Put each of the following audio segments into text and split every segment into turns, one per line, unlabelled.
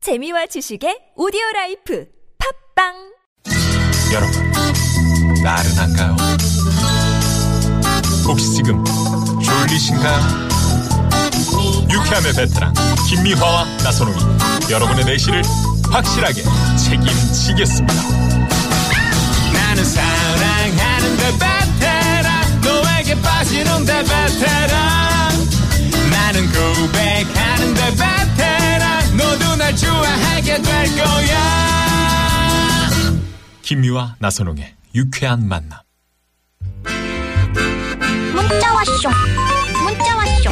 재미와 지식의 오디오 라이프 팝빵
여러분, 나른한가요? 혹시 지금 졸리신가요? 유쾌함의 베테랑 김미화와 나선홍이 여러분의 내실을 확실하게 책임지겠습니다.
나는 사랑하는데 베테랑 너에게 빠지는데 베테랑 나는 고백하는데 베테랑 너도 날 좋아하게 될 거야
김미화 나선홍의 유쾌한 만남.
문자 왔쇼 문자 왔쇼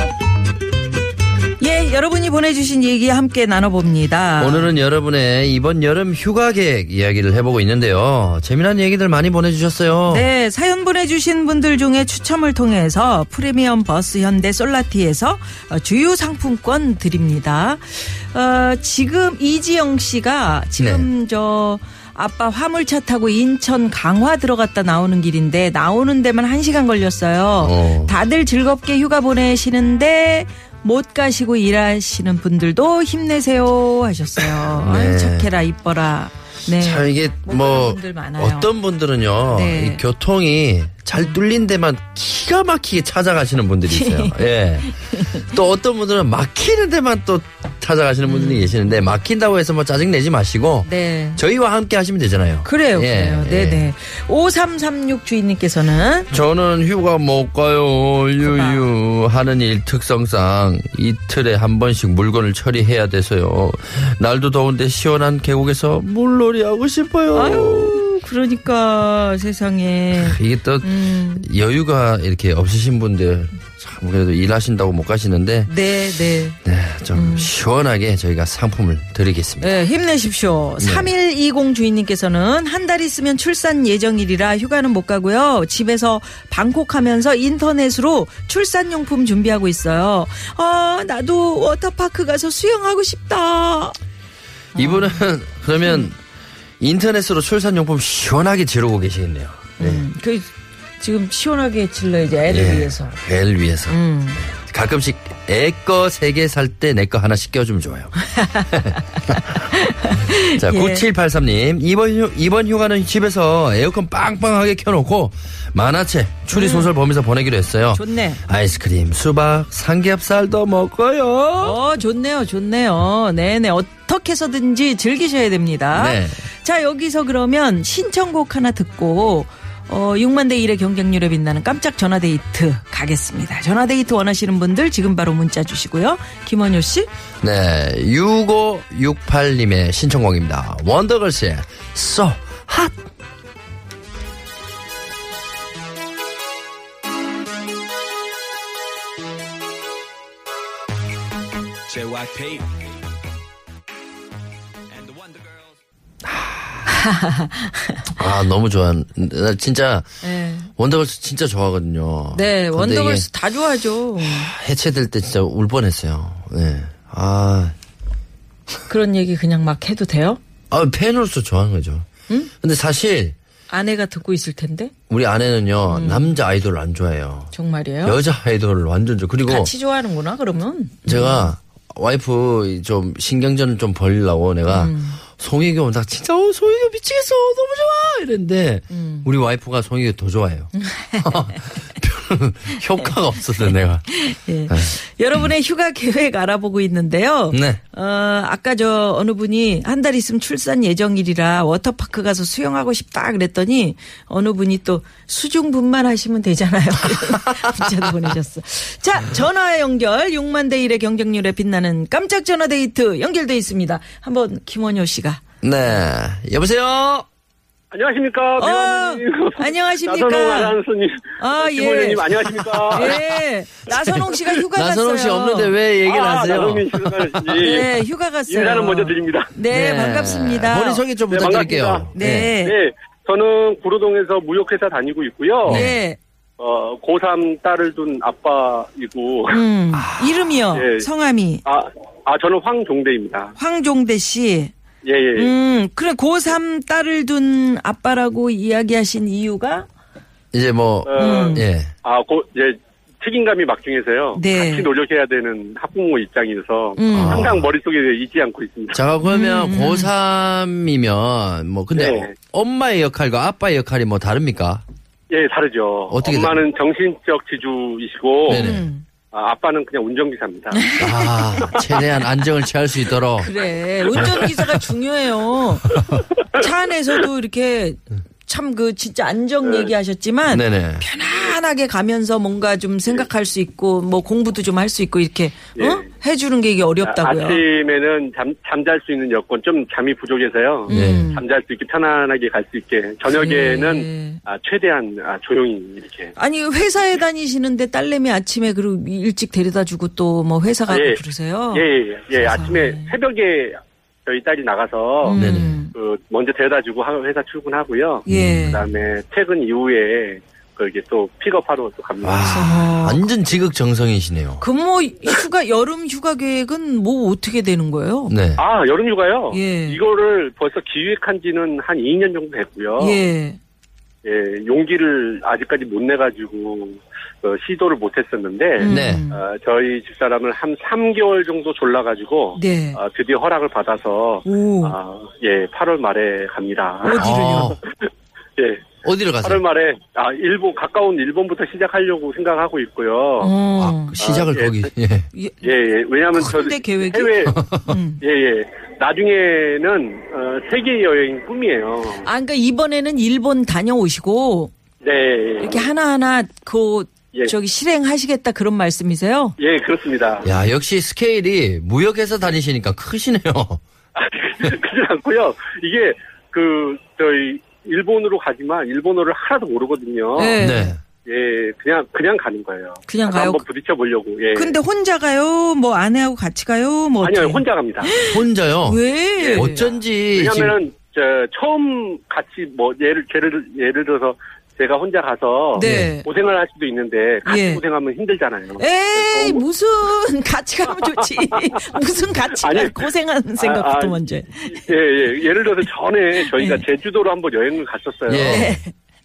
예, 여러분이 보내주신 얘기 함께 나눠봅니다.
오늘은 여러분의 이번 여름 휴가 계획 이야기를 해보고 있는데요. 재미난 얘기들 많이 보내주셨어요.
네, 사연 보내주신 분들 중에 추첨을 통해서 프리미엄 버스 현대 솔라티에서 어, 주유 상품권 드립니다. 어, 지금 이지영 씨가 지금 저 아빠 화물차 타고 인천 강화 들어갔다 나오는 길인데 나오는 데만 한시간 걸렸어요.
어.
다들 즐겁게 휴가 보내시는데 못 가시고 일하시는 분들도 힘내세요 하셨어요.
네.
아유, 착해라, 이뻐라. 네.
참 이게
못 가는
뭐
분들 많아요.
어떤 분들은요
네.
이 교통이 잘 뚫린 데만 기가 막히게 찾아가시는 분들이 있어요.
네.
예. 또 어떤 분들은 막히는 데만 또 찾아가시는 분들이 계시는데 막힌다고 해서 뭐 짜증 내지 마시고
음. 네.
저희와 함께 하시면 되잖아요.
그래요,
예,
그래요.
예.
네네. 5336 주인님께서는
저는 휴가 못 가요. 유유 하는 일 특성상 이틀에 한 번씩 물건을 처리해야 돼서요. 날도 더운데 시원한 계곡에서 물놀이 하고 싶어요.
아유, 음, 그러니까 세상에.
이게 또
음,
여유가 이렇게 없으신 분들 참 그래도 일하신다고 못 가시는데
네, 네.
네, 좀 시원하게 저희가 상품을 드리겠습니다.
네, 힘내십시오. 3120 주인님께서는 한 달 있으면 출산 예정일이라 휴가는 못 가고요. 집에서 방콕하면서 인터넷으로 출산용품 준비하고 있어요. 아, 나도 워터파크 가서 수영하고 싶다. 네.
이분은 그러면
음.
인터넷으로 출산용품 시원하게 지르고 계시겠네요.
음, 그, 지금 시원하게 질러야지, 애를
예,
위해서.
애를 위해서. 네.
음.
가끔씩 애 거 세 개 살 때 내 거 하나씩 껴주면 좋아요. 자,
예.
9783님. 이번, 휴, 이번 휴가는 집에서 에어컨 빵빵하게 켜놓고 만화책, 추리소설 보면서 보내기로 했어요.
음. 좋네.
아이스크림, 수박, 삼겹살도 먹어요.
어, 좋네요, 좋네요. 네네. 어떻게 해서든지 즐기셔야 됩니다.
네.
자, 여기서 그러면 신청곡 하나 듣고, 어, 6만 대 1의 경쟁률에 빛나는 깜짝 전화데이트 가겠습니다. 전화데이트 원하시는 분들 지금 바로 문자 주시고요. 김원효 씨?
네. 6568님의 신청곡입니다. 원더걸스의 So Hot.
JYP and the Wonder Girls
아, 너무 좋아. 나 진짜
네.
원더걸스 진짜 좋아하거든요. 근데 이게
원더걸스 다 좋아하죠.
해체될 때 진짜 울 뻔했어요. 네. 아,
그런 얘기 그냥 막 해도 돼요?
아 팬으로서 좋아하는 거죠. 근데 사실
아내가 듣고 있을 텐데?
우리 아내는요 남자 아이돌 안 좋아해요.
음. 정말이에요?
여자 아이돌을 완전 좋아. 그리고
같이 음. 좋아하는구나, 그러면.
제가 와이프 좀 신경전을 좀 벌리려고 내가
음.
송혜교 나 진짜 어, 송혜교 미치겠어 너무 좋아 이랬는데
음.
우리 와이프가 송혜교 더 좋아해요. 별로 효과가 없었어 내가.
예. 여러분의 휴가 계획 알아보고 있는데요.
네.
어, 아까 저 어느 분이 한 달 있으면 출산 예정일이라 워터파크 가서 수영하고 싶다 그랬더니 어느 분이 또 수중분만 하시면 되잖아요. 문자도 보내셨어. 자, 전화 연결 6만 대 1의 경쟁률에 빛나는 깜짝 전화 데이트 연결돼 있습니다. 한번 김원효 씨가
네 여보세요.
안녕하십니까,
어,
배우님.
안녕하십니까.
나선홍 아나운서님.
아, 예.
김원현님 안녕하십니까.
예. 나선홍 씨가 휴가 갔어요.
아. 나선홍 씨 없는데 왜 얘기를
아,
하세요?
나선홍 씨가
네, 휴가 갔어요.
예, 인사는 먼저 드립니다.
네, 반갑습니다.
본인 소개 좀
네,
부탁드릴게요.
반갑습니다.
네.
네, 저는 구로동에서 무역회사 다니고 있고요.
네.
어, 고3 딸을 둔 아빠이고,
음. 이름이요.
예.
성함이
아, 아, 저는 황종대입니다.
황종대 씨.
예, 예.
음, 그래 고3 딸을 둔 아빠라고 이야기하신 이유가
이제 뭐
어,
예.
아, 고, 예. 책임감이 막중해서요.
네.
같이 노력해야 되는 학부모 입장에서
음.
항상 머릿속에 잊지 않고 있습니다.
자, 그러면 고3이면 뭐 근데
네.
어, 엄마의 역할과 아빠의 역할이 뭐 다릅니까?
예, 다르죠.
어떻게
엄마는 정신적 지주이시고
네네.
아, 빠는 그냥 운전기사입니다.
네.
아, 최대한 안정을 취할 수 있도록.
그래. 운전기사가 중요해요. 차 안에서도 이렇게 참 그 진짜 안정 얘기하셨지만
네네.
편안하게 가면서 뭔가 좀 생각할 수 있고 뭐 공부도 좀 할 수 있고 이렇게
예.
어? 해주는 게 이게 어렵다고요.
아, 침에는 잠, 잠잘 수 있는 여건 좀 잠이 부족해서요.
음.
네.
잠잘 수 있게 편안하게 갈 수 있게 저녁에는
네.
아, 최대한 아, 조용히 이렇게
아니 회사에 다니시는데 딸내미 아침에 그리고 일찍 데려다주고 또 뭐 회사 가고
예.
어. 그러세요?
예, 예, 예. 아침에 새벽에 저희 딸이
음.
나가서
네네.
그 먼저 데려다주고 하- 회사 출근하고요.
예.
그다음에 퇴근 이후에 그 이게 또 픽업하러 또 갑니다.
와, 완전 지극정성이시네요.
그뭐 휴가 여름 휴가 계획은 뭐 어떻게 되는 거예요?
네.
아 여름휴가요.
예.
이거를 벌써 기획한지는 한 2년 정도 됐고요.
예.
예, 용기를 아직까지 못 내가지고 어, 시도를 못했었는데
음.
네.
어, 저희 집사람을 한 3개월 정도 졸라가지고
네.
어, 드디어 허락을 받아서
오.
아, 예, 8월 말에 갑니다.
어디를요?
예,
어디를
8월
가세요?
말에 아 일본 가까운 일본부터 시작하려고 생각하고 있고요.
어.
아, 그 시작을
아, 예.
거기. 예.
예.
예, 예. 왜냐하면 저
큰데, 그 계획이?
해외
음.
예, 예. 나중에는 어, 세계 여행 꿈이에요.
아, 그러니까 이번에는 일본 다녀오시고
네.
이렇게 하나하나 그
예.
저기 실행하시겠다 그런 말씀이세요?
예, 그렇습니다.
야, 역시 스케일이 무역회사 다니시니까 크시네요.
그렇지 않고요. 이게 그 저희 일본으로 가지만 일본어를 하나도 모르거든요.
네.
네.
예, 그냥 그냥 가는 거예요.
그냥
가서
가요?
한번 부딪혀 보려고. 예.
근데 혼자 가요? 뭐 아내하고 같이 가요? 뭐
아니요,
어떻게?
혼자 갑니다.
혼자요.
왜? 예,
어쩐지 지금
왜냐면은 저 처음 같이 뭐 예를 예를 예를 들어서 제가 혼자 가서
네.
고생을 할 수도 있는데 같이
예.
고생하면 힘들잖아요. 어.
에이 무슨 같이 가면 좋지 무슨 같이 가
아니,
고생하는 생각부터
아,
먼저 해.
예, 예. 예를 들어서 전에 저희가
예.
제주도로 한번 여행을 갔었어요.
예.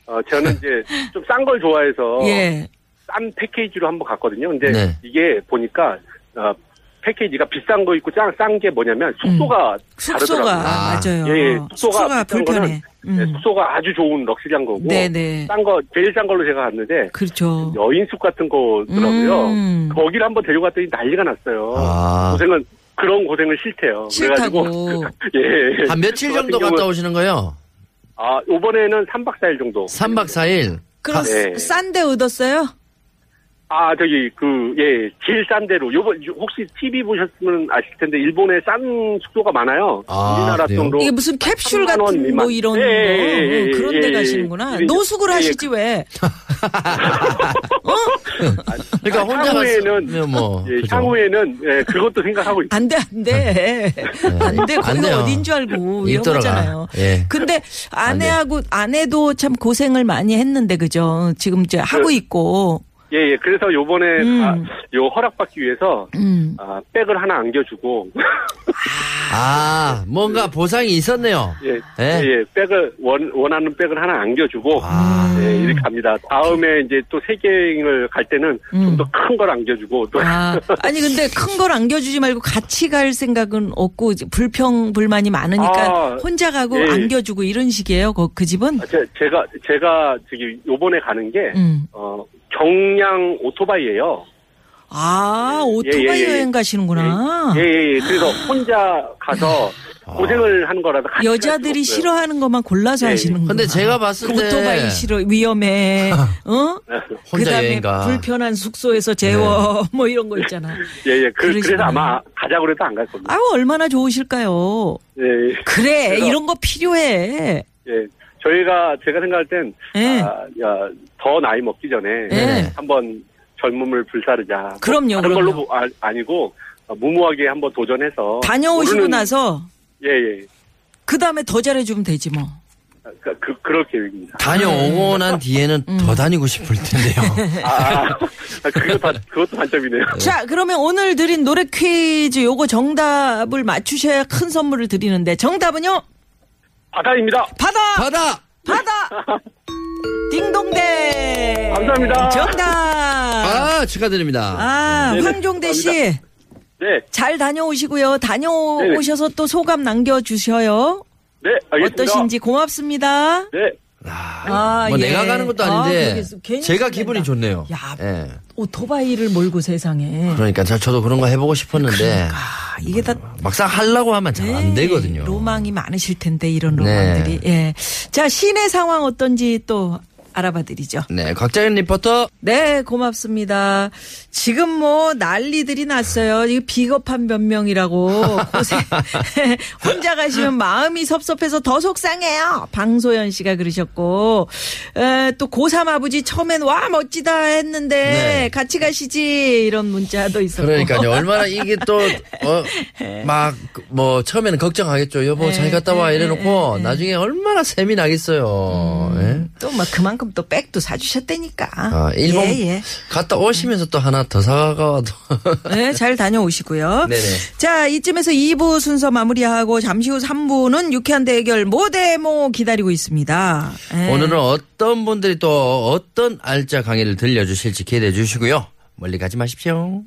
어, 저는 이제 좀 싼 걸 좋아해서
예
싼 패키지로 한번 갔거든요. 근데
네.
이게 보니까 어, 패키지가 비싼 거 있고 싼 게 뭐냐면 숙소가
숙소가
다르더라고요.
아,
맞아요
예, 예.
숙소가
숙소가, 비싼 거는,
불편해
네,
음.
숙소가 아주 좋은 럭셔리한 거고
네네
싼 거 제일 싼 걸로 제가 갔는데
그렇죠
여인숙 같은 거더라고요.
음.
거기를 한번 데려갔더니 난리가 났어요.
아.
고생은 그런 고생을 싫대요. 그래가지고
싫다고
예, 예.
한 며칠
저 같은
정도 갔다
경우는,
오시는 거예요?
아 이번에는 3박 4일 정도.
3박 4일.
그럼
네.
싼데 얻었어요
아 저기 그 예 제일 싼 데로 요번 요- 혹시 TV 보셨으면 아실 텐데 일본에 싼 숙소가 많아요.
아,
우리나라
그래요?
돈으로
이게 무슨 캡슐
3만 원
같은
미만.
뭐 이런
예,
거
예, 예,
어,
예,
그런
예,
데
예.
가시는구나
예,
노숙을
예,
하시지 왜
그러니까
아니,
혼자
향후에는-
갔으면 뭐
예,
그죠.
향후에는 예 그것도 생각하고 있.
안 돼, 안 돼. 안 돼.
예. 안
거기가
돼요.
어딘 줄 알고.
입 돌아가.
위험하잖아요.
예.
근데 아내하고, 아내도 참 고생을 많이 했는데, 그죠? 지금 이제 하고 있고.
예예 그래서 요번에 아, 요 허락받기 위해서
음.
아, 백을 하나 안겨주고
아, 뭔가 보상이 있었네요.
예,
예?
예, 예, 백을 원 원하는 백을 하나 안겨주고
아.
예, 이렇게 갑니다. 다음에 이제 또 세계여행을 갈 때는
음.
좀 더 큰 걸 안겨주고 또
아, 아니, 근데 큰 걸 안겨주지 말고 같이 갈 생각은 없고, 이제 불평, 불만이 많으니까
아,
혼자 가고
예, 예.
안겨주고 이런 식이에요, 그, 그 집은?
아, 제, 제가 제가 저기 요번에 가는 게
음.
어, 경량 오토바이예요.
아, 오토바이
예, 예, 예.
여행 가시는구나.
예, 예, 예. 그래서 혼자 가서 고생을 하는 거라서 같이
여자들이
갈 수가 없어요.
싫어하는 것만 골라서
예, 예.
하시는 거예요.
근데 제가 봤을 때
오토바이 싫어 위험해. 어?
혼자
그다음에
여행가. 네.
불편한 숙소에서 재워 뭐 이런 거 있잖아.
예, 예. 그, 래서
그러시구나.
아마 가자고 해도 안 갈 겁니다.
아우 얼마나 좋으실까요.
예, 예.
그래
그래서-
이런 거 필요해.
예. 저희가 제가 생각할 땐
예.
아, 야, 더 나이 먹기 전에
예.
한번 젊음을 불사르자. 뭐
그럼요,
다른
그럼요.
걸로 보- 아, 아니고 어, 무모하게 한번 도전해서
다녀오시고
모르는-
나서
예, 예.
그 다음에 더 잘해주면 되지 뭐.
아, 그, 그 그럴 계획입니다.
다녀오고
음.
난 뒤에는 더 다니고 싶을 텐데요.
아, 아, 그거 다 그것도 단점이네요.
자 그러면 오늘 드린 노래 퀴즈 요거 정답을 맞추셔야 큰 선물을 드리는데 정답은요
바다입니다.
바다
바다!
바다 딩동대.
감사합니다.
정답.
아, 축하드립니다.
아,
네네.
황종대 씨.
네,
잘 다녀오시고요. 다녀오셔서 또 소감 남겨주셔요.
네, 알겠습니다.
어떠신지 고맙습니다.
네,
아,
뭐
예.
내가 가는 것도
아,
아닌데
그러겠어. 괜히
제가
설렌다.
기분이 좋네요.
야.
예.
오토바이를 몰고 세상에.
그러니까 저- 저도 그런 거 해보고 싶었는데
아, 이게 다
막상 하려고 하면 잘 안 되거든요.
네. 로망이 많으실 텐데 이런
네.
로망들이. 예. 자, 시내 상황 어떤지 또 알아봐 드리죠.
네, 곽자연 리포터.
네, 고맙습니다. 지금 뭐 난리들이 났어요. 이 비겁한 변명이라고 고생 혼자 가시면 마음이 섭섭해서 더 속상해요. 방소연 씨가 그러셨고 에, 또 고3 아버지 처음엔 와 멋지다 했는데
네.
같이 가시지 이런 문자도 있었고.
그러니까요. 얼마나 이게 어,
네.
또막뭐 처음에는 걱정하겠죠. 여보 잘 갔다 와 이래놓고
네,
나중에 얼마나 샘이 나겠어요.
음.
예?
또 막 그만큼 또 백도 사주셨다니까.
아, 일본
예, 예.
갔다 오시면서 또 하나 더 사가도
네, 잘 다녀오시고요.
네네.
자, 이쯤에서 2부 순서 마무리하고 잠시 후 3부는 유쾌한 대결 모대모 기다리고 있습니다. 예.
오늘은 어떤 분들이 또 어떤 알짜 강의를 들려주실지 기대해 주시고요. 멀리 가지 마십시오.